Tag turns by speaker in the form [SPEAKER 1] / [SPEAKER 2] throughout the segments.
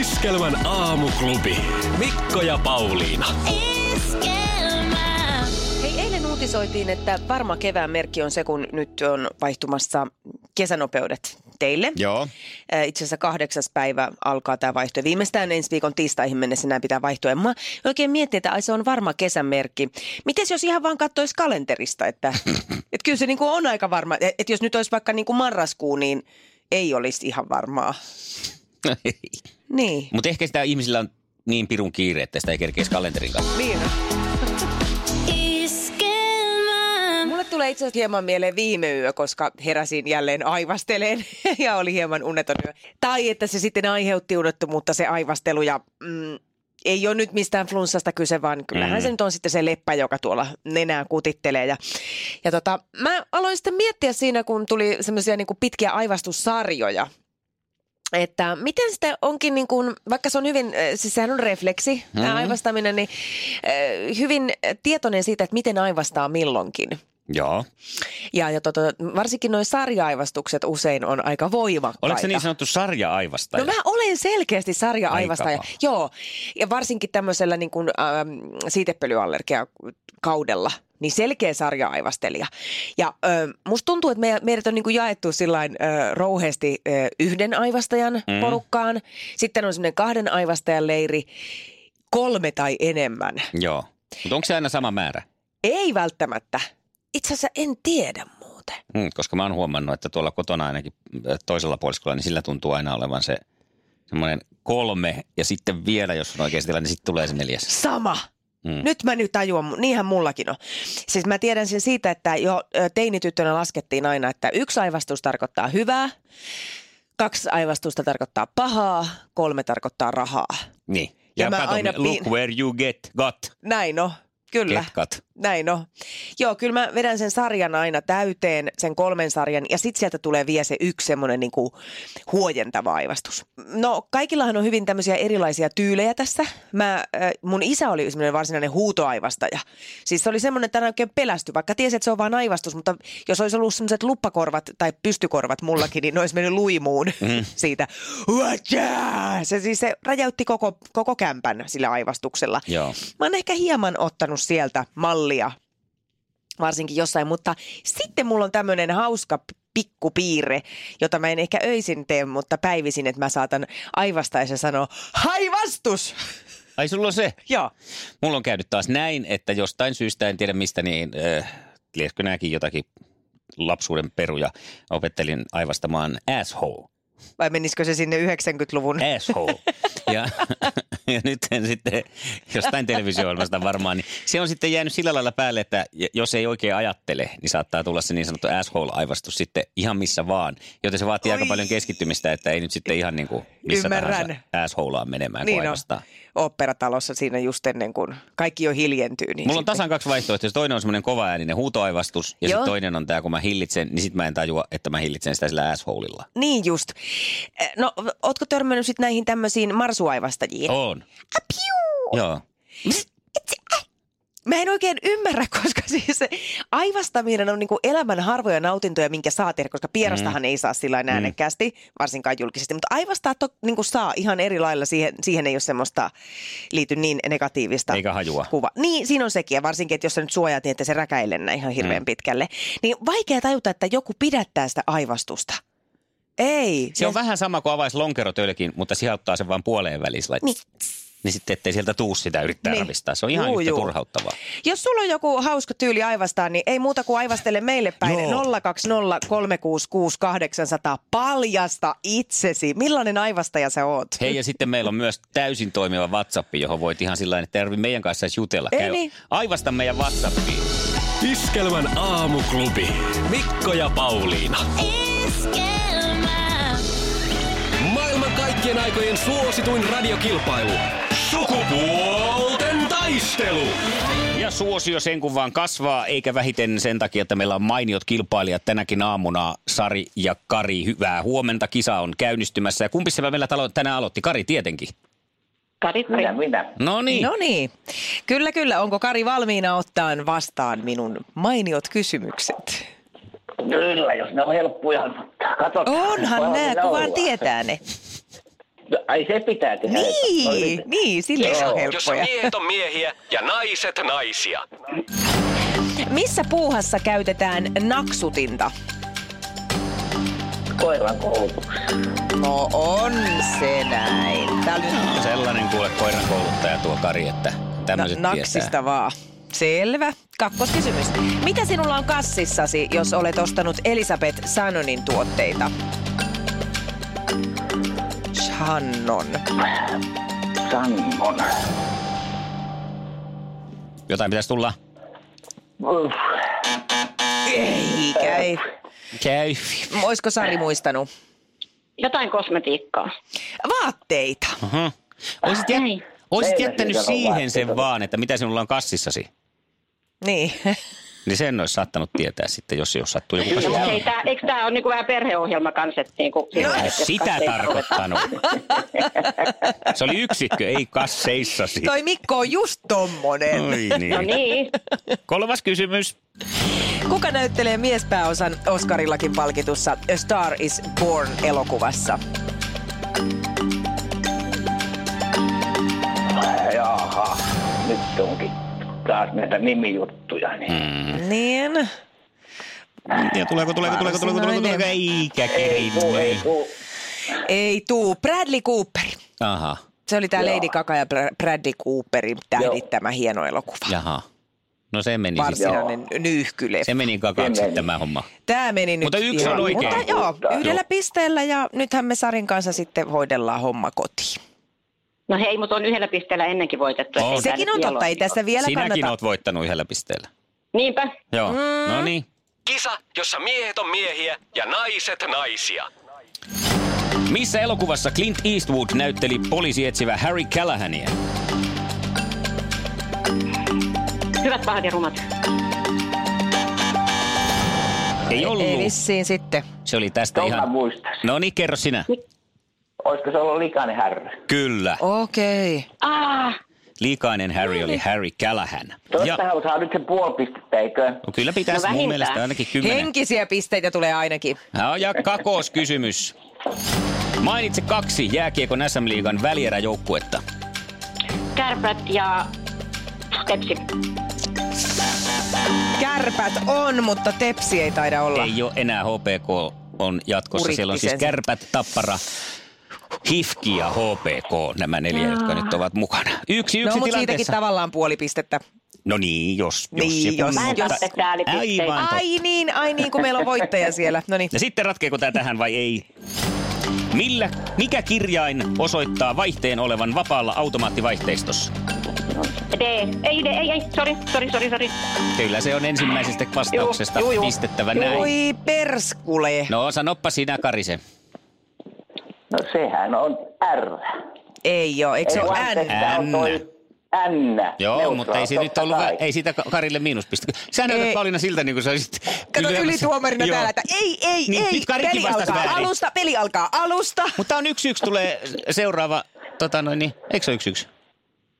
[SPEAKER 1] Iskelmän aamuklubi. Mikko ja Pauliina.
[SPEAKER 2] Iskelmä.
[SPEAKER 3] Hei, eilen uutisoitiin, että varma kevään merkki on se, kun nyt on vaihtumassa kesänopeudet teille.
[SPEAKER 4] Joo.
[SPEAKER 3] Ö, Itse asiassa kahdeksas päivä alkaa tämä vaihto. Viimeistään ensi viikon tiistaihin mennessä nämä pitää vaihtua. Ja mä oikein mietin, että ai se on varma kesän merkki. Mites jos ihan vaan katsoisi kalenterista, että, että kyllä se niinku on aika varma. Et- Että jos nyt olisi vaikka niinku marraskuu, niin ei olisi ihan varmaa. Niin.
[SPEAKER 4] Mutta ehkä sitä ihmisillä on niin pirun kiire, että sitä ei kerkeä kalenterin kanssa.
[SPEAKER 3] Niin.
[SPEAKER 2] Iskelmä.
[SPEAKER 3] Mulle tulee itse asiassa hieman mieleen viime yö, koska heräsin jälleen aivasteleen ja oli hieman uneton yö. Tai että se sitten aiheutti unettomuutta se aivastelu ja mm, ei ole nyt mistään flunssasta kyse, vaan kyllähän mm. se nyt on sitten se leppä, joka tuolla nenää kutittelee. Ja, ja tota, mä aloin sitten miettiä siinä, kun tuli semmoisia niin pitkiä aivastussarjoja, että miten sitä onkin, niin kuin, vaikka se on hyvin, äh, siis sehän on refleksi, mm-hmm. tämä aivastaminen, niin äh, hyvin tietoinen siitä, että miten aivastaa milloinkin.
[SPEAKER 4] Joo.
[SPEAKER 3] Ja, ja tota, varsinkin nuo sarjaaivastukset usein on aika voimakkaita.
[SPEAKER 4] Oliko se niin sanottu sarja-aivasta?
[SPEAKER 3] No mä olen selkeästi sarja-aivastaja.
[SPEAKER 4] Aika paha.
[SPEAKER 3] Joo, ja varsinkin tämmöisellä niin kuin, ähm, siitepölyallergiakaudella niin selkeä sarja-aivastelija. Ja ö, musta tuntuu, että me, meidät on niin jaettu sillain ö, rouheesti ö, yhden aivastajan mm. porukkaan. Sitten on semmoinen kahden aivastajan leiri, kolme tai enemmän.
[SPEAKER 4] Joo. Mutta onko se aina sama määrä?
[SPEAKER 3] Ei välttämättä. Itse asiassa en tiedä muuten.
[SPEAKER 4] Mm, koska mä oon huomannut, että tuolla kotona ainakin äh, toisella puoliskolla, niin sillä tuntuu aina olevan se semmoinen kolme ja sitten vielä, jos on oikeasti tilanne, niin sitten tulee se neljäs.
[SPEAKER 3] Sama.
[SPEAKER 4] Mm.
[SPEAKER 3] Mm. Nyt mä nyt tajuan, mu- niinhän mullakin on. Siis mä tiedän sen siitä, että jo ö, teinityttönä laskettiin aina, että yksi aivastus tarkoittaa hyvää, kaksi aivastusta tarkoittaa pahaa, kolme tarkoittaa rahaa.
[SPEAKER 4] Niin. Ja, ja mä aina look
[SPEAKER 3] pin-
[SPEAKER 4] where you get got.
[SPEAKER 3] Näin on, kyllä.
[SPEAKER 4] Get got.
[SPEAKER 3] Näin on. Joo, kyllä mä vedän sen sarjan aina täyteen, sen kolmen sarjan, ja sitten sieltä tulee vielä se yksi semmoinen niin huojentava aivastus. No, kaikillahan on hyvin tämmöisiä erilaisia tyylejä tässä. Mä, äh, mun isä oli semmoinen varsinainen huutoaivastaja. Siis se oli semmoinen, että hän oikein pelästy, vaikka tiesi, että se on vain aivastus, mutta jos olisi ollut semmoiset luppakorvat tai pystykorvat mullakin, niin ne olisi mennyt luimuun mm. siitä. Huatjaa! Se siis se räjäytti koko, koko kämpän sillä aivastuksella.
[SPEAKER 4] Joo.
[SPEAKER 3] Mä oon ehkä hieman ottanut sieltä mallia, varsinkin jossain, mutta sitten mulla on tämmöinen hauska p- pikkupiirre, jota mä en ehkä öisin tee, mutta päivisin, että mä saatan aivastaessa sanoa, haivastus!
[SPEAKER 4] Ai sulla on se.
[SPEAKER 3] Joo,
[SPEAKER 4] Mulla on käynyt taas näin, että jostain syystä, en tiedä mistä, niin äh, lieskö nääkin jotakin lapsuuden peruja, opettelin aivastamaan asshole.
[SPEAKER 3] vai menisikö se sinne 90-luvun?
[SPEAKER 4] Asshole. Ja, ja nyt en sitten jostain televisio varmaan, niin se on sitten jäänyt sillä lailla päälle, että j- jos ei oikein ajattele, niin saattaa tulla se niin sanottu asshole-aivastus sitten ihan missä vaan. Joten se vaatii aika
[SPEAKER 3] Oi.
[SPEAKER 4] paljon keskittymistä, että ei nyt sitten ihan niin kuin missä
[SPEAKER 3] Ymmärrän.
[SPEAKER 4] tahansa assholaan menemään, kun
[SPEAKER 3] Niin on,
[SPEAKER 4] aivastaa.
[SPEAKER 3] oopperatalossa siinä just ennen kuin kaikki jo hiljentyy. Niin
[SPEAKER 4] Mulla on
[SPEAKER 3] sitten-
[SPEAKER 4] tasan kaksi vaihtoehtoa. Jos Toinen on semmoinen kova ääninen huutoaivastus ja
[SPEAKER 3] Joo.
[SPEAKER 4] sitten toinen on tämä, kun mä hillitsen, niin sitten mä en tajua, että mä hillitsen sitä sillä assholilla.
[SPEAKER 3] Niin just. Eh, No, ootko törmännyt sitten näihin tämmöisiin marsuaivastajiin?
[SPEAKER 4] On. Joo.
[SPEAKER 3] Mä en oikein ymmärrä, koska siis se aivastaminen on niinku elämän harvoja nautintoja, minkä saa tehdä, koska pierastahan mm. ei saa sillä lailla äänekkäästi, varsinkaan julkisesti. Mutta aivastaa to, niinku saa ihan eri lailla, siihen, siihen ei ole semmoista liity niin negatiivista
[SPEAKER 4] Eikä hajua.
[SPEAKER 3] kuva. Niin, siinä on sekin, ja varsinkin, että jos sä nyt suojaat niin, että se räkäilee näin ihan hirveän mm. pitkälle. Niin vaikea tajuta, että joku pidättää sitä aivastusta. Ei.
[SPEAKER 4] Se on vähän sama kuin avaisi lonkerotölkin, mutta sijauttaa sen vain puoleen väliin. sillä- Niin sitten, ettei sieltä tuu sitä yrittää
[SPEAKER 3] Niin.
[SPEAKER 4] ravistaa. Se on ihan
[SPEAKER 3] Juu,
[SPEAKER 4] yhtä
[SPEAKER 3] juu.
[SPEAKER 4] turhauttavaa.
[SPEAKER 3] Jos sulla on joku hauska tyyli aivastaa, niin ei muuta kuin aivastele meille päin.
[SPEAKER 4] Joo.
[SPEAKER 3] 020366800. Paljasta itsesi. Millainen aivastaja sä oot?
[SPEAKER 4] Hei, ja sitten meillä on myös täysin toimiva WhatsApp, johon voit ihan sillä tavalla, että ei tarvitse meidän kanssa edes jutella.
[SPEAKER 3] Ei niin.
[SPEAKER 4] Aivasta meidän WhatsAppiin.
[SPEAKER 1] Iskelmän aamuklubi. Mikko ja Pauliina.
[SPEAKER 2] Iskelmä.
[SPEAKER 1] Maailman kaikkien kaikkien aikojen suosituin radiokilpailu. Sukupuolten taistelu.
[SPEAKER 4] Ja suosio sen kun vaan kasvaa, eikä vähiten sen takia, että meillä on mainiot kilpailijat tänäkin aamuna. Sari ja Kari, hyvää huomenta. Kisa on käynnistymässä. Ja kumpi se meillä talo- tänään aloitti? Kari tietenkin.
[SPEAKER 5] Kari, Kari.
[SPEAKER 6] Minä, minä.
[SPEAKER 4] No niin.
[SPEAKER 3] No niin. Kyllä, kyllä. Onko Kari valmiina ottaan vastaan minun mainiot kysymykset?
[SPEAKER 6] Kyllä, jos ne on helppoja, mutta katsotaan.
[SPEAKER 3] Onhan
[SPEAKER 6] Voihan
[SPEAKER 3] nämä,
[SPEAKER 6] ne
[SPEAKER 3] kun vaan
[SPEAKER 6] olla.
[SPEAKER 3] tietää ne.
[SPEAKER 6] No, Ai se pitää tehdä. No,
[SPEAKER 3] Niin,
[SPEAKER 6] yritän.
[SPEAKER 3] niin, sille se on
[SPEAKER 6] Joo.
[SPEAKER 1] Jossa
[SPEAKER 3] helppoja.
[SPEAKER 1] miehet on miehiä ja naiset naisia.
[SPEAKER 4] niin.
[SPEAKER 3] Missä puuhassa käytetään naksutinta?
[SPEAKER 6] Koiran koulutuksessa.
[SPEAKER 3] No on se näin. Tää oli nyt
[SPEAKER 4] Sellainen kuule koiran kouluttaja tuo Kari, että tämmöiset
[SPEAKER 3] na-
[SPEAKER 4] tietää.
[SPEAKER 3] naksista vaan. Selvä. Kakkoskysymys. Mitä sinulla on kassissasi, jos olet ostanut Elisabeth Sanonin tuotteita? Shannon.
[SPEAKER 6] Sammon.
[SPEAKER 4] Jotain pitäisi tulla.
[SPEAKER 6] Uff.
[SPEAKER 3] Eikä, ei.
[SPEAKER 4] Käy.
[SPEAKER 3] Olisiko Sari muistanut?
[SPEAKER 5] Jotain kosmetiikkaa.
[SPEAKER 3] Vaatteita.
[SPEAKER 4] Aha. Oisit,
[SPEAKER 5] Ei.
[SPEAKER 4] jä- oisit
[SPEAKER 6] Meillä
[SPEAKER 4] jättänyt
[SPEAKER 6] siitä on
[SPEAKER 4] siihen sen
[SPEAKER 6] vaatteita.
[SPEAKER 4] vaan, että mitä sinulla on kassissasi.
[SPEAKER 3] Niin.
[SPEAKER 4] Niin sen olisi saattanut tietää sitten, jos ei olisi sattuu joku
[SPEAKER 5] No,
[SPEAKER 4] kassi.
[SPEAKER 5] mutta ei tää, eikö tämä ole niinku vähän perheohjelma kanssa, että niinku, sillä lailla, että
[SPEAKER 4] Sitä
[SPEAKER 5] katseet ovat-
[SPEAKER 4] tarkoittanut. Se oli yksikkö, ei kasseissasi.
[SPEAKER 3] Toi Mikko on just tommonen.
[SPEAKER 4] Oi
[SPEAKER 5] No
[SPEAKER 4] niin.
[SPEAKER 5] niin,
[SPEAKER 4] Kolmas kysymys.
[SPEAKER 3] Kuka näyttelee miespääosan Oscarillakin palkitussa A Star is Born-elokuvassa?
[SPEAKER 6] Jaha, nyt onkin taas näitä nimijuttuja. Niin.
[SPEAKER 4] Mm,
[SPEAKER 3] Niin.
[SPEAKER 4] Ja tuleeko, tuleeko, tuleeko, tuleeko, tuleeko, tuleeko, eikä
[SPEAKER 6] Ei, tuu, ei,
[SPEAKER 4] kerinnyt.
[SPEAKER 6] tuu.
[SPEAKER 3] Ei tuu. Bradley Cooper.
[SPEAKER 4] Aha,
[SPEAKER 3] Se oli tämä
[SPEAKER 6] Joo.
[SPEAKER 3] Lady Gaga ja Bra- Bradley Cooperin tähdittämä hieno elokuva.
[SPEAKER 4] jaha. No se meni sitten.
[SPEAKER 3] Varsinainen nyyhkyle.
[SPEAKER 4] Se meni kakaksi
[SPEAKER 6] Se meni.
[SPEAKER 4] tämä homma.
[SPEAKER 3] Tämä meni nyt
[SPEAKER 4] Mutta yksi
[SPEAKER 3] ihan-
[SPEAKER 4] on oikein.
[SPEAKER 3] Mutta joo,
[SPEAKER 6] Mutta-
[SPEAKER 3] yhdellä
[SPEAKER 6] Joo.
[SPEAKER 3] pisteellä ja nythän me Sarin kanssa sitten hoidellaan homma kotiin.
[SPEAKER 5] no hei, mutta on yhdellä pisteellä ennenkin voitettu.
[SPEAKER 4] On.
[SPEAKER 5] ettei tää
[SPEAKER 3] Sekin
[SPEAKER 5] nyt
[SPEAKER 3] on totta,
[SPEAKER 5] vielä
[SPEAKER 3] ei
[SPEAKER 5] ole.
[SPEAKER 3] tässä vielä
[SPEAKER 4] Sinäkin
[SPEAKER 3] kannata.
[SPEAKER 4] oot voittanut yhdellä pisteellä.
[SPEAKER 5] Niinpä,
[SPEAKER 4] Joo, no niin.
[SPEAKER 1] Kisa, jossa miehet on miehiä ja naiset naisia.
[SPEAKER 4] Missä elokuvassa Clint Eastwood näytteli poliisietsivä Harry Callahania?
[SPEAKER 5] hyvät pahat ja rumat.
[SPEAKER 4] Ei ollut.
[SPEAKER 3] Ei vissiin sitten.
[SPEAKER 4] Se oli tästä
[SPEAKER 6] Tuon mä
[SPEAKER 4] ihan...
[SPEAKER 6] muistaisin.
[SPEAKER 4] No niin, kerro sinä.
[SPEAKER 6] Olisiko se ollut likainen härry?
[SPEAKER 4] Kyllä.
[SPEAKER 3] Okei.
[SPEAKER 5] Ah,
[SPEAKER 4] Liikainen Harry
[SPEAKER 5] Niin.
[SPEAKER 4] oli Harry Callahan. Ja
[SPEAKER 6] Tuostahan saa nyt se puoli pistettä, eikö?
[SPEAKER 4] no kyllä pitäisi
[SPEAKER 5] No
[SPEAKER 4] mun
[SPEAKER 5] vähintään.
[SPEAKER 4] mielestä ainakin kymmenen.
[SPEAKER 3] Henkisiä pisteitä tulee ainakin.
[SPEAKER 4] No, ja kakos kysymys. Mainitse kaksi jääkiekon SM-liigan välieräjoukkuetta.
[SPEAKER 5] kärpät ja tepsi.
[SPEAKER 3] Kärpät on, mutta tepsi ei taida olla.
[SPEAKER 4] Ei ole enää HPK on jatkossa.
[SPEAKER 3] Kuritti
[SPEAKER 4] Siellä on siis
[SPEAKER 3] sen.
[SPEAKER 4] kärpät, tappara, hifki ja HPK, nämä neljä, jotka nyt ovat mukana. Yksi yksi
[SPEAKER 3] no, mutta siitäkin
[SPEAKER 4] tilanteessa.
[SPEAKER 3] tavallaan puoli pistettä.
[SPEAKER 4] no niin, jos, jos
[SPEAKER 3] Niin,
[SPEAKER 4] ja
[SPEAKER 3] jos-
[SPEAKER 4] kun,
[SPEAKER 3] Mä en
[SPEAKER 4] mutta-
[SPEAKER 5] laske täälipitteitä.
[SPEAKER 4] Aivan totta.
[SPEAKER 3] Ai niin, ai niin, kun meillä on voittaja siellä. No niin.
[SPEAKER 4] Ja sitten ratkeeko tämä tähän vai ei? Millä, mikä kirjain osoittaa vaihteen olevan vapaalla automaattivaihteistossa?
[SPEAKER 5] D, ei, D, ei, ei, sori, sori, sori, sori.
[SPEAKER 4] Kyllä se on ensimmäisestä vastauksesta
[SPEAKER 5] Juu, juu, juu.
[SPEAKER 4] pistettävä näin.
[SPEAKER 3] Oi perskule.
[SPEAKER 4] No sanoppa sinä Karise.
[SPEAKER 6] No sehän on R.
[SPEAKER 3] Ei oo, eikö se
[SPEAKER 6] Ei,
[SPEAKER 3] ole
[SPEAKER 6] vaan
[SPEAKER 3] N?
[SPEAKER 6] se- tää on toi N.
[SPEAKER 4] Joo,
[SPEAKER 6] Neutraali,
[SPEAKER 4] mutta ei, se nyt
[SPEAKER 6] totta
[SPEAKER 4] ollut,
[SPEAKER 6] kai.
[SPEAKER 4] vä- ei siitä Ka- Karille miinuspistettä. Sä näytät
[SPEAKER 3] Ei.
[SPEAKER 4] Pauliina siltä, niin kuin sä olisit...
[SPEAKER 3] Kato
[SPEAKER 4] yleensä-
[SPEAKER 3] ylisuomarina
[SPEAKER 4] Joo.
[SPEAKER 3] täällä, että ei, ei,
[SPEAKER 4] Niin,
[SPEAKER 3] ei.
[SPEAKER 4] nyt Karikin
[SPEAKER 3] peli
[SPEAKER 4] vastasi
[SPEAKER 3] alkaa
[SPEAKER 4] väärin.
[SPEAKER 3] alusta, peli alkaa alusta.
[SPEAKER 4] Mutta on yksi yksi tulee seuraava, tota noin, niin, eikö se ole yksi yksi?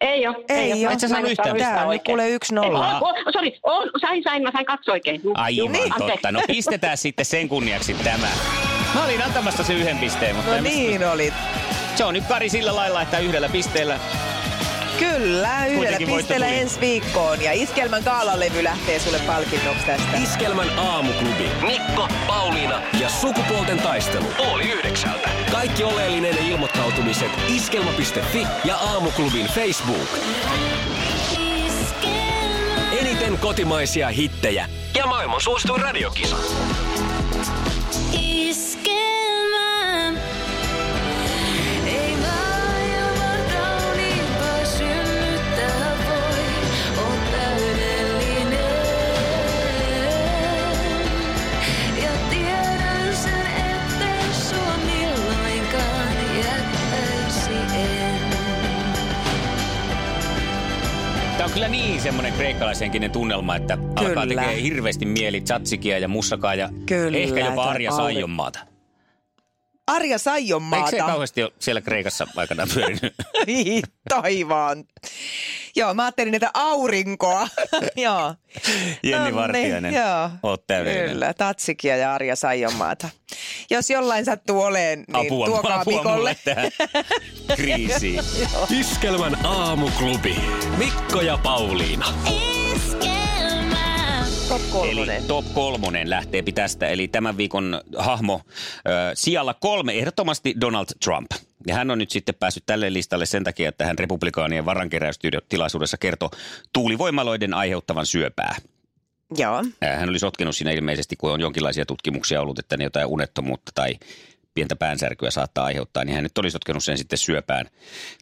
[SPEAKER 5] Ei oo,
[SPEAKER 3] Ei oo.
[SPEAKER 5] oo.
[SPEAKER 4] Et sä saanut
[SPEAKER 5] Mä en
[SPEAKER 4] yhtään.
[SPEAKER 5] saanut
[SPEAKER 3] Tää on nyt
[SPEAKER 5] oikein.
[SPEAKER 3] kuule yksi nolla.
[SPEAKER 5] Ei, on, on, Sori, on, sain, sain, mä sain kaksi oikein. Juu, juu,
[SPEAKER 4] Aivan
[SPEAKER 3] niin.
[SPEAKER 5] anteeksi.
[SPEAKER 4] totta. No pistetään sitten sen kunniaksi tämä. Mä olin antamassa se yhden pisteen, mutta
[SPEAKER 3] No
[SPEAKER 4] en-
[SPEAKER 3] niin oli.
[SPEAKER 4] se on nyt Kari sillä lailla, että yhdellä pisteellä
[SPEAKER 3] Kyllä, yhdellä
[SPEAKER 4] Kuitenkin voitto
[SPEAKER 3] pisteellä
[SPEAKER 4] tuli.
[SPEAKER 3] ensi viikkoon. Ja Iskelmän kaalalevy lähtee sulle palkinnoksi tästä.
[SPEAKER 1] Iskelmän aamuklubi. Mikko, Pauliina ja sukupuolten taistelu. Oli yhdeksältä. Kaikki oleellinen ilmoittautumiset iskelma.fi ja aamuklubin Facebook.
[SPEAKER 2] Iskelmä.
[SPEAKER 1] Eniten kotimaisia hittejä ja maailman suosituin radiokisa.
[SPEAKER 2] Iskelmä. Ei maailma kauniimpaa synnyttää voi. Oot täydellinen. Ja tiedän sen, ettei sua milloinkaan jättää.
[SPEAKER 4] on kyllä niin semmoinen kreikkalaishenkinen tunnelma, että alkaa
[SPEAKER 3] Kyllä.
[SPEAKER 4] tekee hirveästi mieli tsatsikia ja mussakaa ja
[SPEAKER 3] Kyllä,
[SPEAKER 4] ehkä jopa
[SPEAKER 3] tämä
[SPEAKER 4] Arja
[SPEAKER 3] Pauli.
[SPEAKER 4] Saijonmaata.
[SPEAKER 3] Arja
[SPEAKER 4] Eikö se
[SPEAKER 3] Saijonmaata.
[SPEAKER 4] kauheasti ole siellä Kreikassa aikanaan pyörinyt?
[SPEAKER 3] Ei taivaan. Joo, mä ajattelin, että aurinkoa. joo.
[SPEAKER 4] Jenni
[SPEAKER 3] Nonni,
[SPEAKER 4] Vartiainen,
[SPEAKER 3] joo.
[SPEAKER 4] oot täydellinen.
[SPEAKER 3] Kyllä, Tatsikia ja Arja Saijonmaata. Jos jollain sattuu oleen, niin
[SPEAKER 4] Apua,
[SPEAKER 3] tuokaa
[SPEAKER 4] apua
[SPEAKER 3] Mikolle.
[SPEAKER 4] mulle tähän kriisiin.
[SPEAKER 1] Iskelmän aamuklubi. Mikko ja Pauliina.
[SPEAKER 2] Iskelmä.
[SPEAKER 3] Top kolmonen.
[SPEAKER 4] Eli top kolmonen lähteepi tästä. Eli tämän viikon äh, hahmo ö, sijalla kolme ehdottomasti Donald Trump. Ja hän on nyt sitten päässyt tälle listalle sen takia, että hän republikaanien varankeräystilaisuudessa kertoi tuulivoimaloiden aiheuttavan syöpää.
[SPEAKER 3] Joo.
[SPEAKER 4] Ää, Hän oli sotkenut siinä ilmeisesti, kun on jonkinlaisia tutkimuksia ollut, että ne jotain unettomuutta tai pientä päänsärkyä saattaa aiheuttaa, niin hän nyt oli sotkenut sen sitten syöpään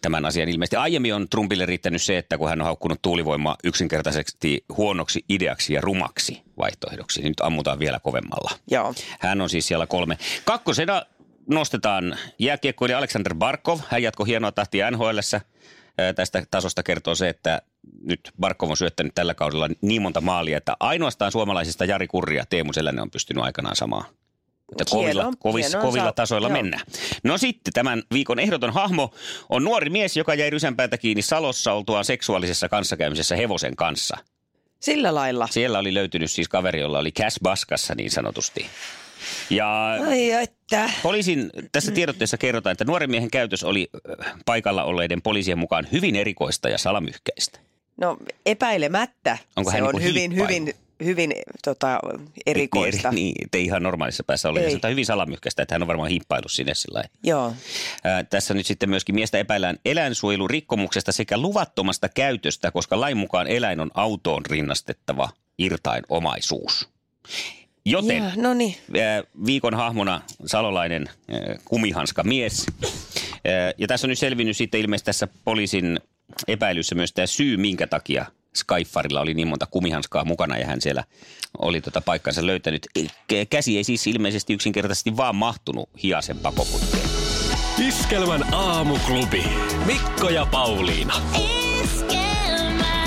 [SPEAKER 4] tämän asian ilmeisesti. Aiemmin on Trumpille riittänyt se, että kun hän on haukkunut tuulivoimaa yksinkertaisesti huonoksi ideaksi ja rumaksi vaihtoehdoksi, niin nyt ammutaan vielä kovemmalla.
[SPEAKER 3] Joo.
[SPEAKER 4] Hän on siis siellä kolme. Kakkosena nostetaan jääkiekkoilija Aleksander Barkov. Hän jatkoi hienoa tahtia nhl Tästä tasosta kertoo se, että nyt Barkov on syöttänyt tällä kaudella niin monta maalia, että ainoastaan suomalaisista Jari Kurri ja Teemu Selänne on pystynyt aikanaan samaan. Mutta
[SPEAKER 3] Hieno,
[SPEAKER 4] kovilla, kovis,
[SPEAKER 3] hieno on
[SPEAKER 4] kovilla
[SPEAKER 3] saa-
[SPEAKER 4] tasoilla
[SPEAKER 3] joo.
[SPEAKER 4] mennään. No sitten tämän viikon ehdoton hahmo on nuori mies, joka jäi rysänpäätä kiinni Salossa oltuaan seksuaalisessa kanssakäymisessä hevosen kanssa.
[SPEAKER 3] Sillä lailla.
[SPEAKER 4] Siellä oli löytynyt siis kaveri, jolla oli cash baskassa niin sanotusti. Ja
[SPEAKER 3] Ai että.
[SPEAKER 4] Poliisin tässä tiedotteessa kerrotaan, että nuoren miehen käytös oli äh, paikalla olleiden poliisien mukaan hyvin erikoista ja salamyhkäistä.
[SPEAKER 3] No epäilemättä.
[SPEAKER 4] Onko
[SPEAKER 3] se
[SPEAKER 4] hän
[SPEAKER 3] on
[SPEAKER 4] niinku
[SPEAKER 3] hyvin,
[SPEAKER 4] hiippailu?
[SPEAKER 3] hyvin, hyvin tota, erikoista.
[SPEAKER 4] Niin, niin, että ihan normaalissa päässä oli.
[SPEAKER 3] Ei.
[SPEAKER 4] Se on ihan hyvin salamyhkäistä, että hän on varmaan hiippailu sinne sillä lailla.
[SPEAKER 3] Joo.
[SPEAKER 4] Ää, Tässä nyt sitten myöskin miestä epäillään eläinsuojelurikkomuksesta sekä luvattomasta käytöstä, koska lain mukaan eläin on autoon rinnastettava irtain omaisuus. Joten
[SPEAKER 3] Joo, no niin.
[SPEAKER 4] Ää, viikon hahmona salolainen ää, kumihanska mies. Ää, Ja tässä on nyt selvinnyt sitten ilmeisesti tässä poliisin epäilyssä myös tämä syy, minkä takia Skyfarilla oli niin monta kumihanskaa mukana ja hän siellä oli tota paikkansa löytänyt. K- Käsi ei siis ilmeisesti yksinkertaisesti vaan mahtunut hiasen pakoputteen.
[SPEAKER 1] Iskelmän aamuklubi. Mikko ja Pauliina.
[SPEAKER 2] Iskelmä.